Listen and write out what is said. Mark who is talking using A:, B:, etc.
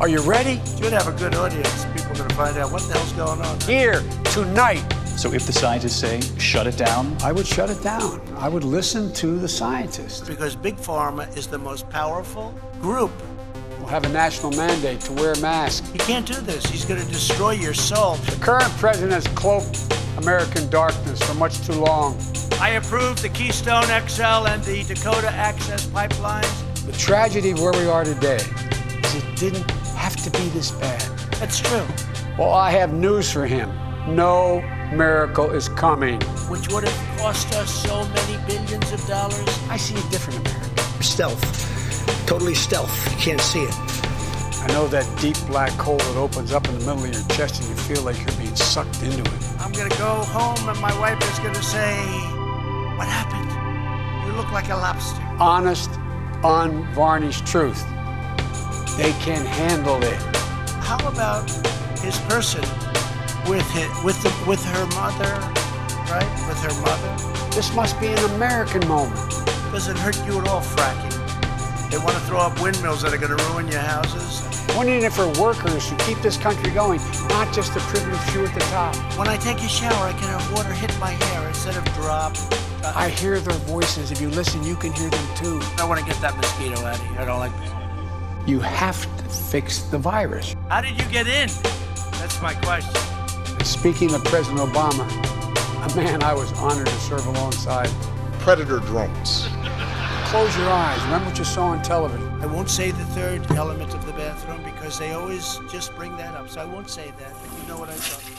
A: Are you ready?
B: Should have a good audience. People are going to find out what the hell's going on.
A: Here, tonight.
C: So if the scientists say shut it down,
D: I would shut it down. I would listen to the scientists.
B: Because Big Pharma is the most powerful group.
D: We'll have a national mandate to wear masks.
B: He can't do this. He's going to destroy your soul.
D: The current president has cloaked American darkness for much too long.
B: I approve the Keystone XL and the Dakota Access pipelines.
D: The tragedy of where we are today is it didn't have to be this bad.
B: That's true.
D: Well, I have news for him. No miracle is coming.
B: Which would have cost us so many billions of dollars.
D: I see a different America.
E: Stealth. Totally stealth. You can't see it.
D: I know that deep black hole that opens up in the middle of your chest and you feel like you're being sucked into it.
B: I'm going to go home and my wife is going to say, What happened? You look like a lobster.
D: Honest, unvarnished truth. They can handle it.
B: How about his person with his, with the, with her mother, right? With her mother.
D: This must be an American moment.
B: Doesn't hurt you at all, fracking. They want to throw up windmills that are going to ruin your houses.
D: We're needing it for workers who keep this country going, not just the privileged few at the top.
B: When I take a shower, I can have water hit my hair instead of drop.
D: I hear their voices. If you listen, you can hear them too.
B: I want to get that mosquito out of here. I don't like that.
D: You have to fix the virus.
B: How did you get in? That's my question.
D: Speaking of President Obama, a man I was honored to serve alongside,
F: predator drones.
D: close your eyes. Remember what you saw on television.
B: I won't say the third element of the bathroom because they always just bring that up. So I won't say that, but you know what I'm talking about.